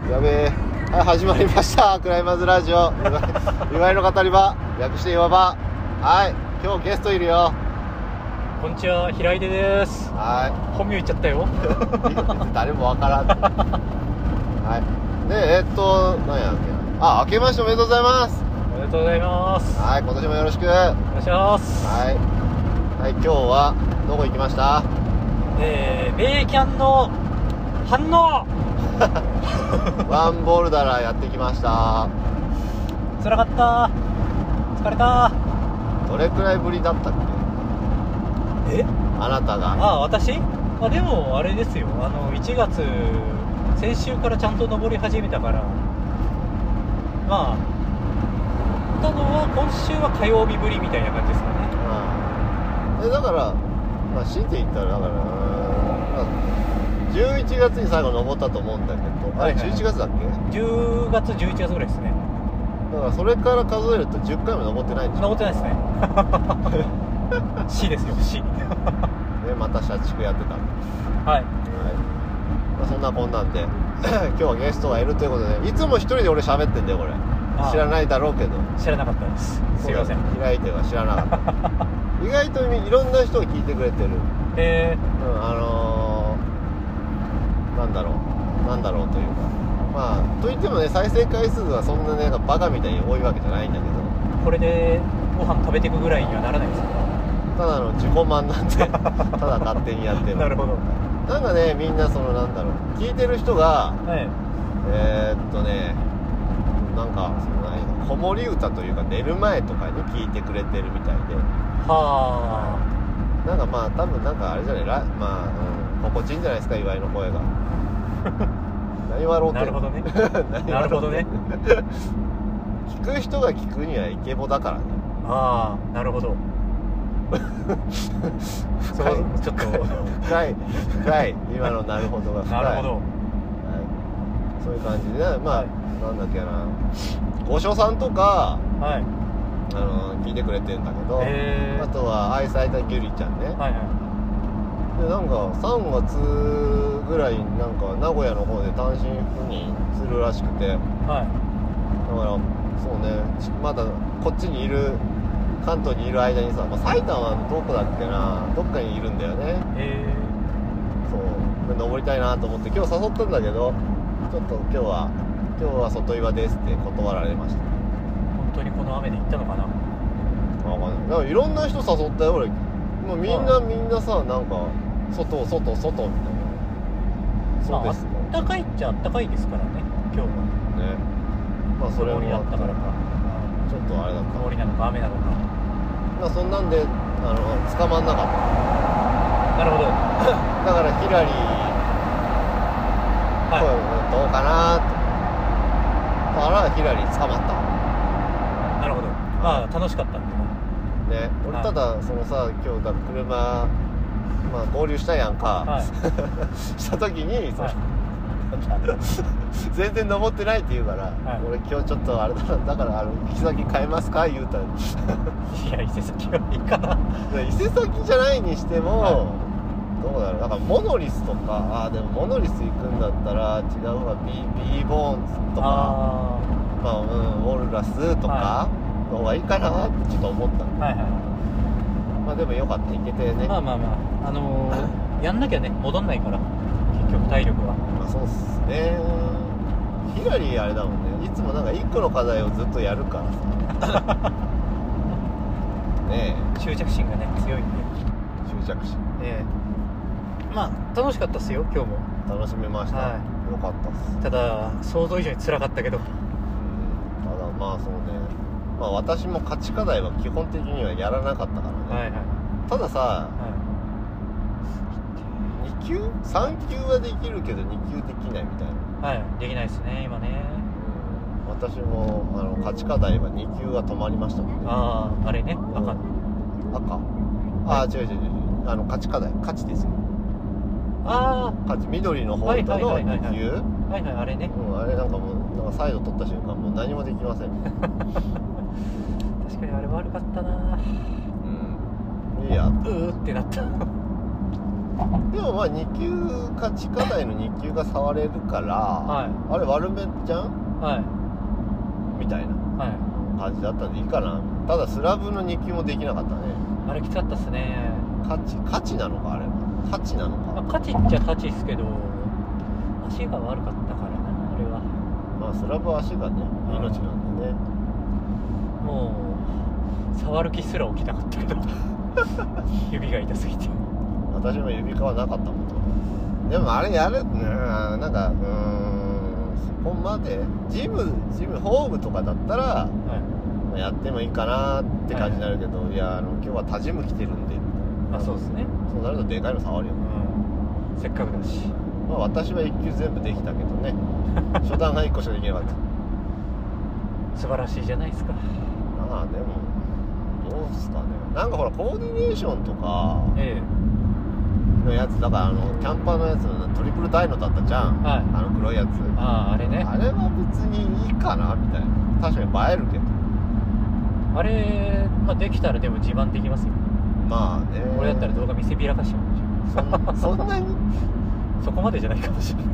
べえはい始まりましたクライマーズラジオ岩井の語り場略して岩場はい今日ゲストいるよこんにちは、平井出です。は本名言っちゃったよ。い誰もわからんはいでえっと何やっけなあ明けましておめでとうございますおめでとうございます。はい今年もよろしくはお願いします。いはい今日はどこ行きましたえー、名キャンの反応ワンボルダラーやってきました辛かった疲れたどれくらいぶりだったっけえあなたあがあ、私まあでも、あれですよ。あの、1月、先週からちゃんと登り始めたから、まあ、行ったのは今週は火曜日ぶりみたいな感じですかね。うんえだから、まあ、強いて言ったらだから、まあ、11月に最後登ったと思うんだけどあはれいはいはい11月だっけだ10月、11月ぐらいですね。からそれから数えると10回も登ってないんでしそんなょことないですね。C ですよ、C。ねまた社畜やってたんでははい。いまあ、そんなこんなんで 今日はゲストがいるということでいつも一人で俺喋ってんだよこれあ知らないだろうけど知らなかったですすいません開いては知らなか った意外とみいろんな人が聞いてくれてるえうん、あのー、なんだろうなんだろうというかまあといってもね再生回数はそんなねなんかバカみたいに多いわけじゃないんだけどー、これでご飯食べてくぐらいにはならないですかただの自己満なん でただ勝手にやってるなるほどなんかねみんなそのなんだろう聞いてる人がはいえー、っとねなんかその何子守歌というか寝る前とかに聞いてくれてるみたいではなんかまあ多分なんかあれじゃないらまあ、うん、心地いいんじゃないですか岩井の声 が何笑うてなるほど ね何なるほどね笑うてん聞く人が聞くにはイケボだからねあああなるほどそ深いうちょっと深い深い今のなるほどが深い なるほどはい、そういう感じでねまあ、なんだっけな五所さんとかはいあの聞いてくれてんだけど、へーあとは愛されたギュリちゃんね、はいはでなんか3月ぐらいになんか名古屋の方で単身赴任するらしくてだかいはらそうねちまだこっちにいる関東にいる間にさ、まあ埼玉のどこだっけなどっかにいるんだよねいえそうで登りたいなと思って今日誘ったんだけどちょっと今日は今日は外岩ですって断られましたー、本当にこの雨で行ったのかなあわかんないだからいろんな人誘ったよ俺もうみんなみんなさなんか外外外みたいなそうですまああったかいっちゃあったかいですからね今日はねまあそれ曇りもだあっったたかかららかちょっとあれだった曇りなのか雨なのかまあそんなんであの捕まんなかっなるほどただからヒラリー声をはどうかなとだからヒラリー捕まったわいなるほどまあ楽しかったんでねね俺はいただそのさ今日だ車まあ合流したやんか、はい した時にその、はい全然登ってないって言うから、はい俺今日ちょっとあれだなだからあの行き先変えますか言うたら いや伊勢崎はいいかな伊勢崎じゃないにしても、はどうだろうだからモノリスとかああーでもモノリス行くんだったら違うわ B, B ボーンズとかあーまあ、うん、ウォルラスとかはの方がいいかなってちょっと思ったのはいはまあでもよかった行けていね、ままああ、まあまああの ー、やんなきゃね戻んないから結局体力はそうっすねヒラリーあれだもんねいつもなんか1個の課題をずっとやるからさね執着心がね強いんでえ執着心ええまあ楽しかったっすよ今日も楽しめました、はよかったっすただ想像以上に辛かったけどただまあそうね、まあ、私も勝ち課題は基本的にはやらなかったからね、はいはいたださは2級3級はできるけど2級できないみたいな、い、はい、できないっすね今ね私もあの勝ち課題は2級が止まりましたもんねあああれねあかん赤ああ違う違う違うあの勝ち課題勝ちですよあ勝ち緑の方とのはいはいはいはいは2い級あはいはいあれねうんあれなんかもうなんかサイド取った瞬間もう何もできません 確かにあれ悪かったなうんいいやうーってなったでもまあ2級か地下台の2級が触れるから、はいあれ悪めじゃんはいみたいなは感じだったんでいいかなただスラブの2級もできなかったねいあれきつかったっすね価値価値なのかあれは価値なのまあか価値っちゃ価値っすけど足が悪かったからなあれはまあスラブは足がね命なんでねもう触る気すら起きなかったけど指が痛すぎて私も指輪はなかったもんでもあれやるうんなんかうーんそこまでジムジムホームとかだったらはいまあやってもいいかなって感じになるけど、い、やあの今日は他ジム来てるんでまあそうですねそうなるとでかいの触るようね、んせっかくだしまあ、私は1級全部できたけど ね初段が1個しかできなかった素晴らしいじゃないですかまあでもどうすかねなんかほらコーディネーションとかえのやつだからあのキャンパーのやつのトリプルダイノだったじゃん、はいあの黒いやつえあああれねあれは別にいいかなみたいな確かに映えるけどあれ、まあ、できたらでも自慢できますよ、まあね俺だったら動画見せびらかしちゃうかもしれないそんそんなにそこまでじゃないかもしれないも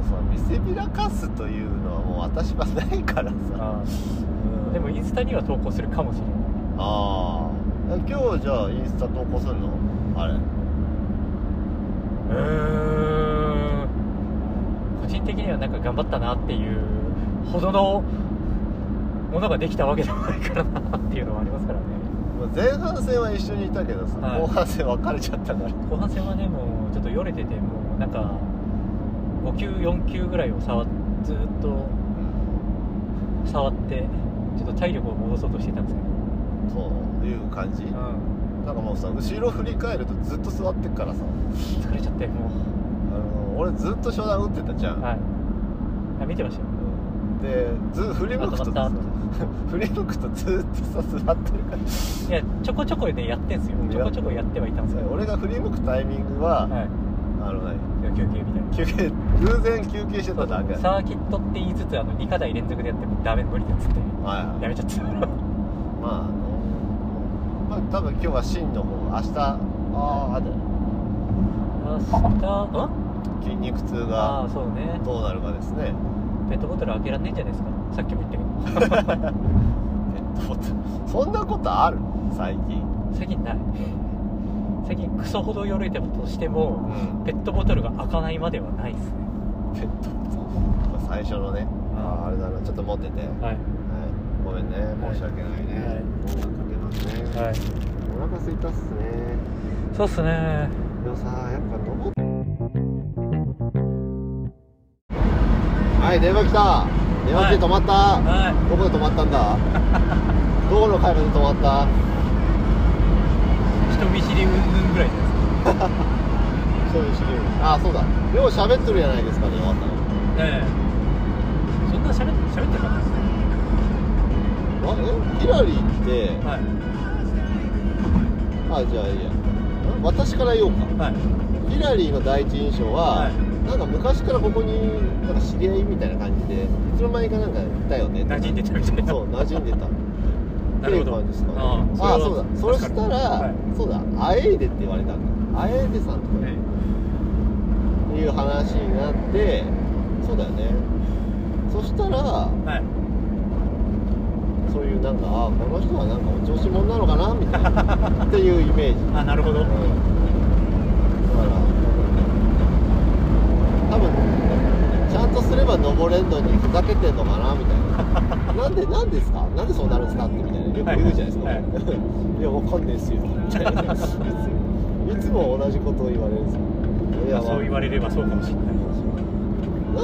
うさ見せびらかすというのはもう私はないからさ、うんでもインスタには投稿するかもしれないああ今日じゃあインスタ投稿するのあれうーん個人的にはなんか頑張ったなっていうほどのものができたわけじゃないからなっていうのはありますからねまあ前半戦は一緒にいたけどさ、はい後半戦別れちゃったから後半戦はねもうちょっとよれててもうなんか5球4球ぐらいを触っずーっと触ってちょっと体力を戻そうとしてたんですけどそういう感じなんうんかもうさ後ろ振り返るとずっと座ってっからさ疲れちゃってもあの俺ずっと初段打ってたじゃ、うんはいあ見てましたよでず振り向くとあ止まった 振り向くとずっとさ座ってるからいやちょこちょこねやってんすようんちょこちょこやってはいたんですけど俺が振り向くタイミングは、はいあの何休憩みたいな休憩偶然休憩してただけサーキットって言いつつあの2課題連続でやってもダメ無理だっつってはいやめちゃったまあねまあ多分今日は真の方明日あああれ明日ん筋肉痛あがあそうねどうなるかですねペットボトル開けらんねえんじゃないですかさっきも言ったけどペットボトルそんなことある最近最近ない最近クソほどよいてもとしてもんペットボトルが開かないまではないっすねペットボトルまあ最初のねあーあれだなちょっと持ってて、はいはいごめんねはい申し訳ないね、はい音楽かけますね、はいお腹すいたっすねそうっすねでもさやっぱ登っはい電話来た電話来て止まった、はどこで止まったんだどこの階段で止まったい人見知りうんぐらいじゃないですそういう知り合いあそうだよう喋ってるじゃないですかね終わったのかねえそんなしゃべってしゃべってなかったっすねあえヒラリーってはいあじゃあいいやん私から言おうかはいヒラリーの第一印象は、はいなんか昔からここになんか知り合いみたいな感じでいつの間にかなんかいたよね馴染んでたみたいなそう馴染んでたなるっていうほど感じですかねああそれあはあそうだそれしたら、はいそうだアエーデって言われたんだアエーデさんとかねっていう話になってそうだよねそしたらはいそういうなんかあこの人はなんかお調子者なのかなみたいなっていうイメージあなるほどうんだから多分ちゃんとすれば登れんのにふざけてんのかなみたいな なんでなんですかなんでそうなるんですかってみたいなよく言うじゃないですか、はいいやわか んないです よみたいないつも同じことを言われるんですよいや、そう言われればそうかもしれな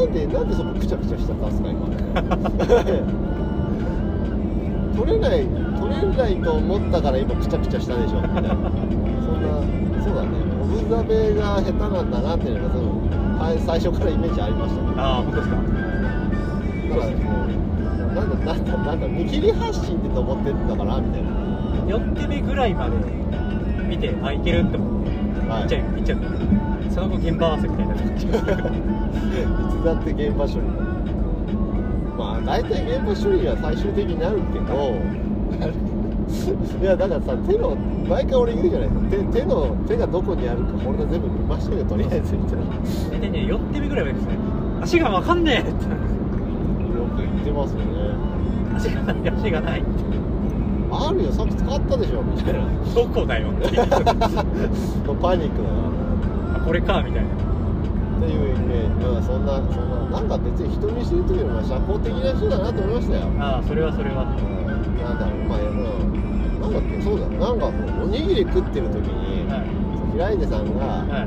いなんでなんでそこくちゃくちゃしちゃったんですか今 取れない取れないと思ったから今くちゃくちゃしたでしょみたいなそんなそうだねオブザベが下手なんだなっていうのがそのはい最初からイメージありましたねああ本当ですかだからもうなんだなんだなんだ見切り発進で登ってったかなみたいな4手目ぐらいまで見てあいけるって思ってはい行っちゃう行っちゃうその後現場合わせみたいになっちゃいつうだって現場処理まあ大体現場処理は最終的になるけどいやだからさ手の毎回俺言うじゃないですか手手の手がどこにあるか俺が全部見ましたけどとりあえずみたいなよ大体ね寄ってみぐらいまでですね足がわかんねえってく言ってますよね足がない足がないあるよさっき使ったでしょみたいなどこだよっていうパニックだなあこれかみたいなっていうイメージまあそんなそんななんか別に人見知りというよりも社交的な人だなと思いましたよああそれはそれはなんだろうまあうんなんだっけそうだなんかこうおにぎり食ってる時に、はい平出さんがはい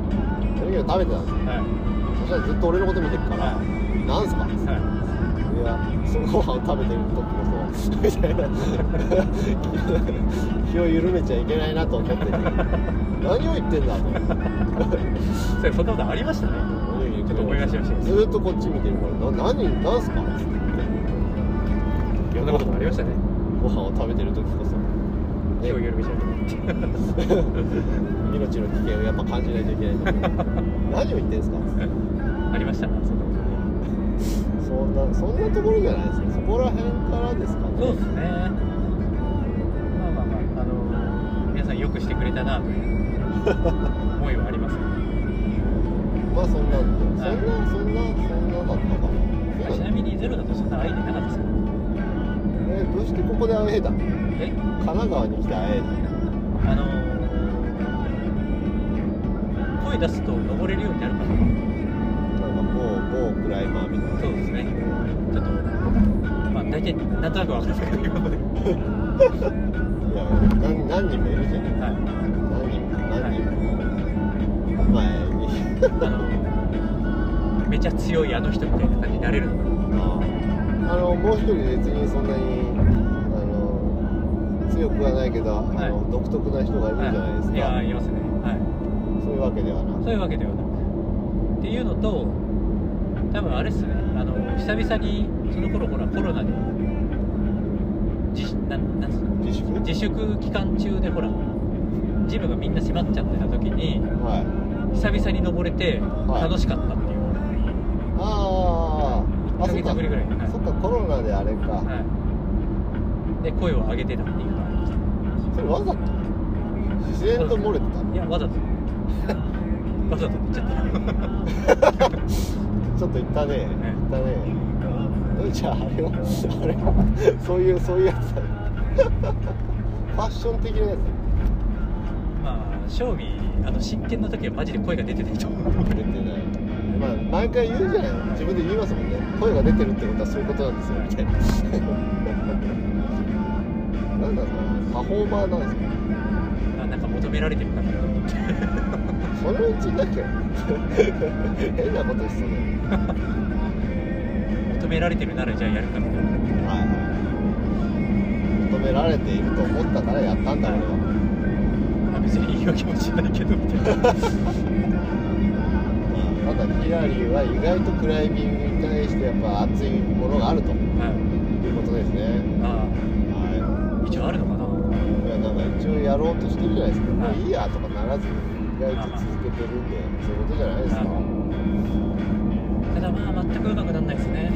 おにぎりを食べてたんですよはいそしたらずっと俺のこと見てるからは「なんすか?」ってはいいや、そのご飯を食べてる時もそうみたいな 気を緩めちゃいけないなと思 ってて何を言ってんだと思ってそれそんなことありましたねちょっと思い出しましたよずーっとこっち見てるからな何なんすかっていろんなことがありましたねご飯を食べてる時こそ気を緩めちゃいけな い命の危険をやっぱ感じないといけないと思う何を言ってんすかありましたねそんなことそんねなそんなところじゃないですかそこら辺からですかねそ うですねまあまあまああの皆さんよくしてくれたなという思いはありますねまあそんなんでそはいんなそんなそんなだったかなあそうちだなねみにゼロだとそんなアイデアなかったですかえどうしてここでアウェーだ神え奈川に来てアウェーだあのー声出すと登れるようになるかななんか某某クライマーみたいなそうですねちょっとまあ大体なんとなく分かるということでいや何何人もいるじゃんはい何人も何人も前にあのめちゃ強いあの人みたいな感じになれるのかあああのもう一人別にそんなにあの強くはないけど、あはの独特な人がいるじゃないですか、はい、いやいますねはいそういうわけではなくそういうわけではなくっていうのと多分あれっすねあの久々にその頃ほらコロナで自なんなんつうの自粛自粛期間中でほらジムがみんな閉まっちゃってた時にはい久々に登れてはい楽しかったっていう、あああ一ヶそっか月ぶりぐらいかなそっかコロナであれか、はいで声を上げてたっていうのがありましたそれわざと自然と漏れてた いやわざとわざと言っちゃった ちょっと言ったねね言ったねじゃああれはあれはそういうそういうやつだファッション的なやつまあ正味あの真剣な時はマジで声が出てないと思う出てないまあ毎回言うじゃない自分で言いますもんね声が出てるってことはそういうことなんですよみたいななんだろうなパフォーマーなんですかあなんか求められてるからなと思ってそのうちだけ変なことしそうだよ求められてるならじゃあやるかみたいなはい求められていると思ったからやったんだ俺はまあ別に言い訳もしないけどみたいなただヒラリーは意外とクライミングに対してやっぱ熱いものがあるというはいことですねあはあ一応あるのかないいやなんか一応やろうとしてるじゃないですかもはいういいやとかならず意外と続けてるんでそういうことじゃないですかはただまあ全くうまくならないですね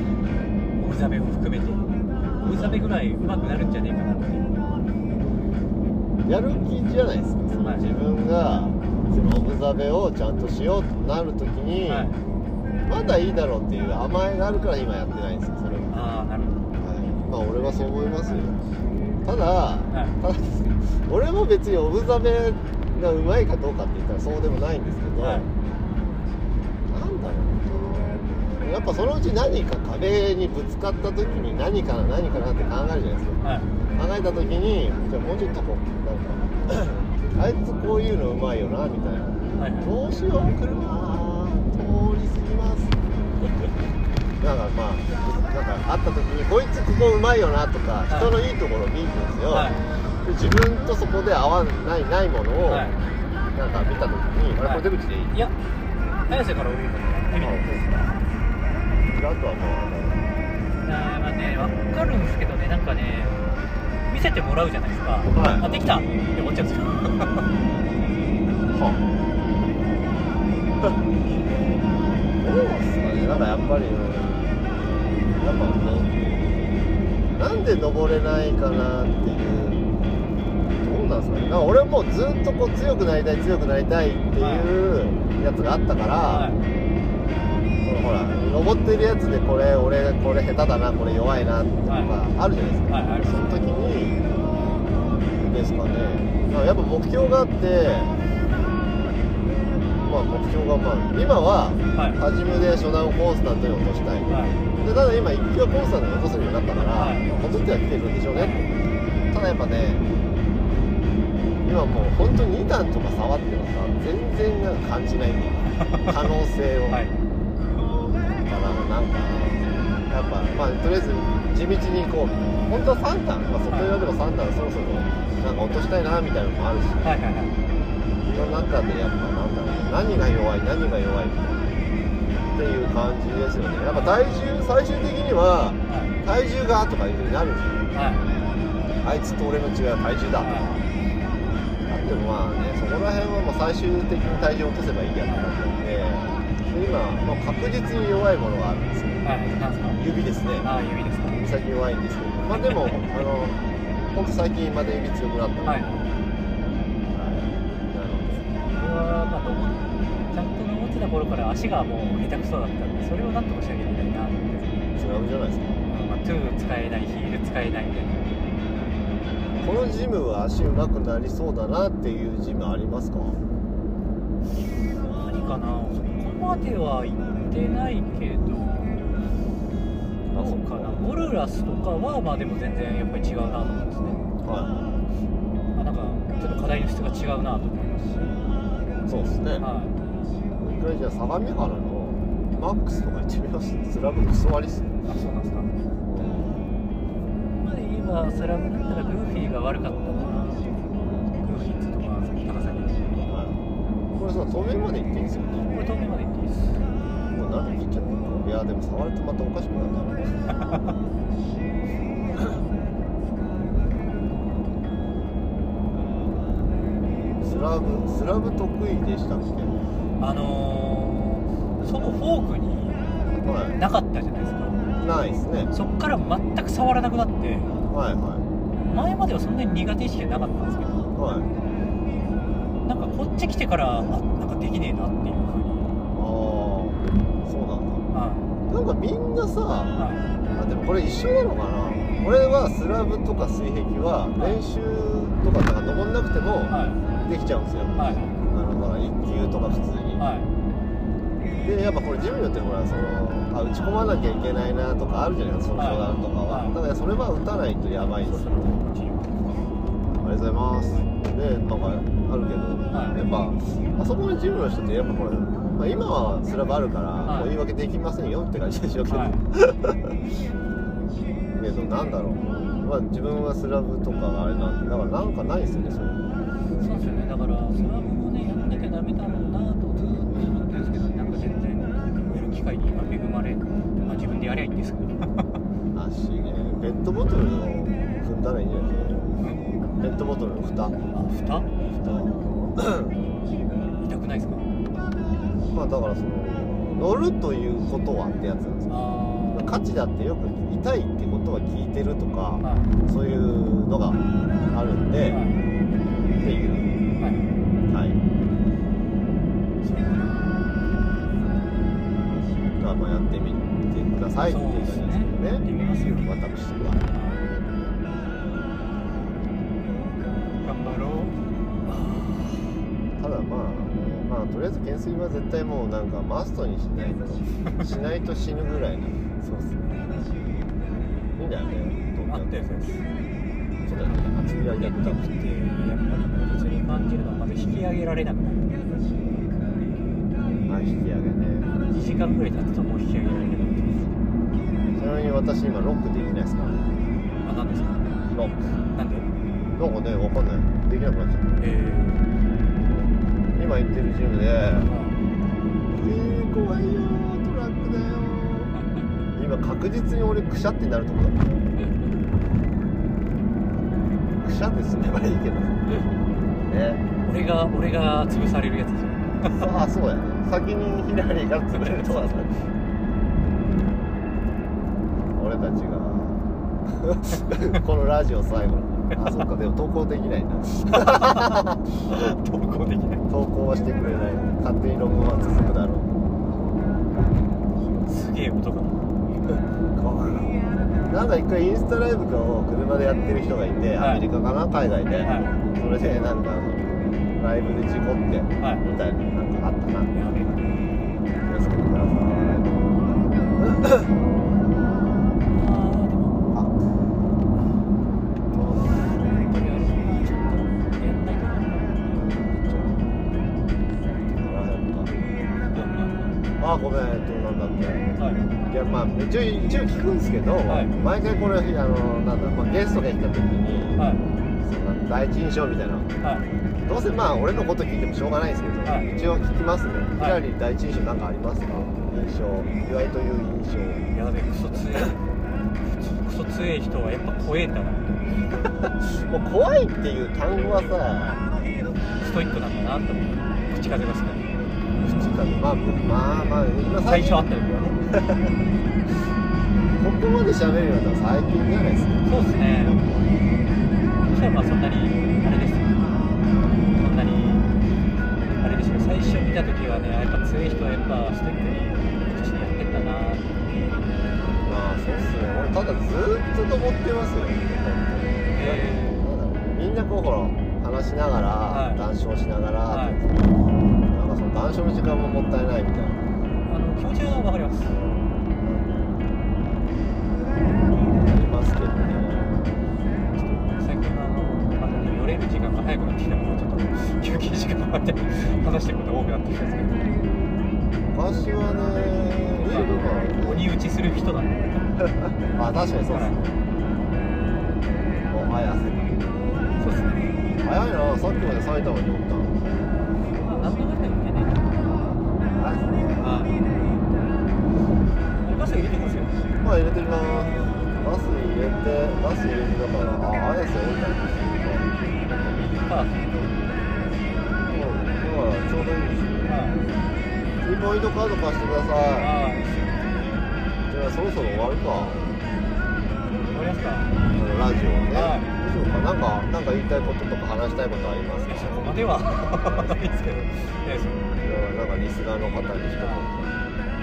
オブザベも含めてオブザベぐらいうまくなるんじゃねえかなってやる気じゃないですかそのはい自分がそのオブザベをちゃんとしようとなるときに、はいまだいいだろうっていう甘えがあるから今やってないんですよそれはああなるほどはいまあ俺はそう思いますよただいただですね俺も別にオブザベがうまいかどうかって言ったらそうでもないんですけど、はいなんだろうなやっぱそのうち何か壁にぶつかった時に何かな何かなって考えるじゃないですはかい考えた時にじゃあもうちょっとこうなんか あいつこういうのうまいよなみたいなはいはいどうしよう車通り過ぎますなんかまあなんか会った時にこいつここうまいよなとか、はい人のいいところ見るんですよ、はいで自分とそこで合わないないものを、はいなんか見た時に、あれこれ出口でいい、いや早瀬から降りるの意味ないですであとはまあーまあね、わかるんですけどね、なんかね、見せてもらうじゃないですか、はいあできたって思っちゃうんですよ、あはあどうっすかねなんかやっぱりうんやっぱねなんで登れないかなっていう何なんですかねなんか俺はもうずっとこう強くなりたい強くなりたいっていうやつがあったから、はいそのほら登ってるやつでこれ俺これ下手だなこれ弱いなとかあるじゃないですか、はいはいその時にですかねだからやっぱ目標があってまあ目標がまあ今ははい初めで初段コンスタントに落としたい、はいでただ今一級コンスタントに落とせるようになったから、はいまあこの時は来てるんでしょうねただやっぱね今もう本当に2段とか触ってもさ全然なんか感じないね可能性を、はいだからなんかやっぱまあとりあえず地道に行こうみたいな本当は3段、まあ、外側でも3段そろそろなんか落としたいなみたいなのもあるしはいはいはいその中でやっぱなんだろう何が弱い何が弱いみたいなっていう感じですよねやっぱ体重最終的にはは体い重がとかいうふうになるんですよはあいいつと俺の違いは体重だとかあってもまあねそこら辺はもう最終的に体重を落とせばいいやってなったんでで今もう確実に弱いものがあるんですよはいなんすか指ですねああ指ですか最近弱いんですけど、まあでも、あの、本当最近まで指強くなったので、はいはい僕はまあ登っちゃんと登ってた頃から足がもう下手くそだったんでそれをなんとかしなきゃいけないなと思ってなるほど、違うじゃないですか。まあ、トゥー使えないヒール使えないみたいなこのジムは足上手くなりそうだなっていうジムありますか。何かなそこまでは行ってないけどあそうかなオルラスとかはまあでも全然やっぱり違うなと思いますねはまあなんかちょっと課題の質が違うなと思いますし、い。そうですね。は一回じゃあ相模原のマックスとか行ってみます。スラブクソ割りっす。いあそうなんですかまあ今スラムだったらグーフィーが悪かったなグーフィーっつうとまあさっき高さにこはい。これさ、透明まで行っていいんですよね。れ遠目まで行っていいですもう何切っちゃったの。いや、でも触るとまたおかしくなるな。スラブ、スラブ得意でしたっけ。あのー、そのフォークにはなかったじゃないですかい。ないですね。そっから全く触らなくなってはいは前まではそんなに苦手意識がなかったんですけどい。はい。なんかこっち来てからあなんかできねえなっていあう風にあ。そうなんはだ。なんかみんなさい。はあでもこれ一緒なのかな俺はスラブとか水壁は練習とかなんか登んなくてもいはできちゃうんですよ、いはいあのだから1級とか普通に、はでやっぱこれジムによってほらそのあ打ち込まなきゃいけないなとかあるじゃないですかそのはい初段とかは、はいだからそれは打たないとやばいんいですそしたよらこっちありがとうございますでなんかあるけど、はいやっぱあそこのジムの人ってやっぱこれ、まあ、今はスラブあるから、はもうい言い訳できませんよって感じでしょうけど、はいえっと、なんだろう、まあ、自分はスラブとかがあれなんで、だからなんかないですよね、そういうそうですよねだからスラムもねやんなきゃダメだろうなとずーっと思ってるんですけどなんか全然見る機会に今恵まれ、まあ、自分でやりゃいいんですけど足ね、ペットボトルの踏んだらいいんじゃないですか、ペットボトルの蓋、あ蓋蓋痛くないですかまあだからその、乗るということはってやつなんですよ、あ価値だってよく痛いってことは聞いてるとあか、はいそういうのがあるんで、はっていう、いはいはい、じゃあまあやってみてくださいっていう感じなんですけどそうですねやってみますよ私は。頑張ろただまあ、まあとりあえず懸垂は絶対もうなんかマストにしないとしないと死ぬぐらいなうそうですねいいんだよねどんあなってそうですそうだよね厚み上げやったたくてやっぱり確実に感じるのはまず引き上げられなくなるあ引き上げね2時間ぐらい経つともう引き上げられなくなってまちなみに私今ロックできないですからねすあ何ですかロックなんでなんかねわかんないできなくなっちゃっえた今行ってるジムで「えー、ー、怖いよートラックだよー」今確実に俺くしゃってなるとこだったくしゃってすればいいけど ね 俺が俺が潰されるやつですよさあそうやね先にヒラリーが潰れるとはさ 俺たちがこのラジオ最後のあそっかでも投稿できないな 投稿できない投稿はしてくれない勝手に録音は続くだろうすげえ音がなんか一回インスタライブかを車でやってる人がいて、はいアメリカかな海外で、はそれでなんかあのライブで事故っていはいみたいななんかあったなやべえ気をつけてくださあーでもいあ本当にあれちょっとやんないかあごめんえっとなんだっけなはいいやまあ一応一応聞くんですけど、はい毎回これあのなんだ、まあ、ゲストが来た時に、はいその第一印象みたいなはいどうせまあ俺のこと聞いてもしょうがないですけど、はい一応聞きますねひはらいり第一印象なんかありますか印象岩井という印象やべえクソ強えクソクソ強え人はやっぱ怖えんだなもう怖いっていう単語はさストイックなんだなって思う口数が少ない口数まあまあまあ今最最初近会った時はね ここまで喋るようになったら最近じゃないですかそうですね。そしたらまあそんなにあれですよ。そんなにあれですよ。最初見た時はね、やっぱ強い人はやっぱステップに口にやってんだな。まあそうっすね俺ただずーっと登ってますよ本当にえなんだろうみんなこうほら話しながら、はい談笑しながら、はいなんかその談笑の時間ももったいないみたいなーあの気持ちはわかります。ありますけどねちょっと最近はあのまたね寄れる時間が早くなってきたのでちょっと休憩時間があって話してることが多くなってきたんです昔はねいけど、る鬼打ちする人なんで。のがあ確かにそうっすねお前汗そうですね。早いなさっきまで埼玉におったのまあなんとなく言ってね。あれっすねはい。ガス入れてますよ。まあ入れてみますバス入れてバス入れてだからあ綾瀬降りたんですあよ今はちょうどいいですねあキーポイントカード貸してくだあさああいじゃあそろそろ終わるか終わりますかあのラジオねはいどうしようかなんかなんか言いたいこととか話したいことありますいかやじゃそこまではないですけどいやそあうなんかリスナーの方に一言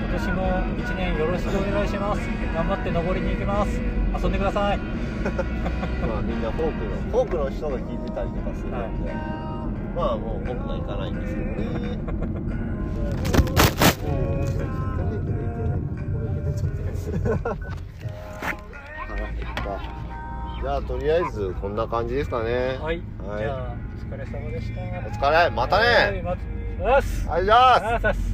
今年も1年よろしくお願いします頑張って登りに行きます遊んでくださいまあみんなフォークのフォークの人が聞いてたりとかするんで、まあもう僕が行かないんですけど ね おおーじゃあとりあえずこんな感じですかねはい、はいじゃあお疲れ様でしたお疲れまたねはいまたおはようございますありがとうございますありがとうございます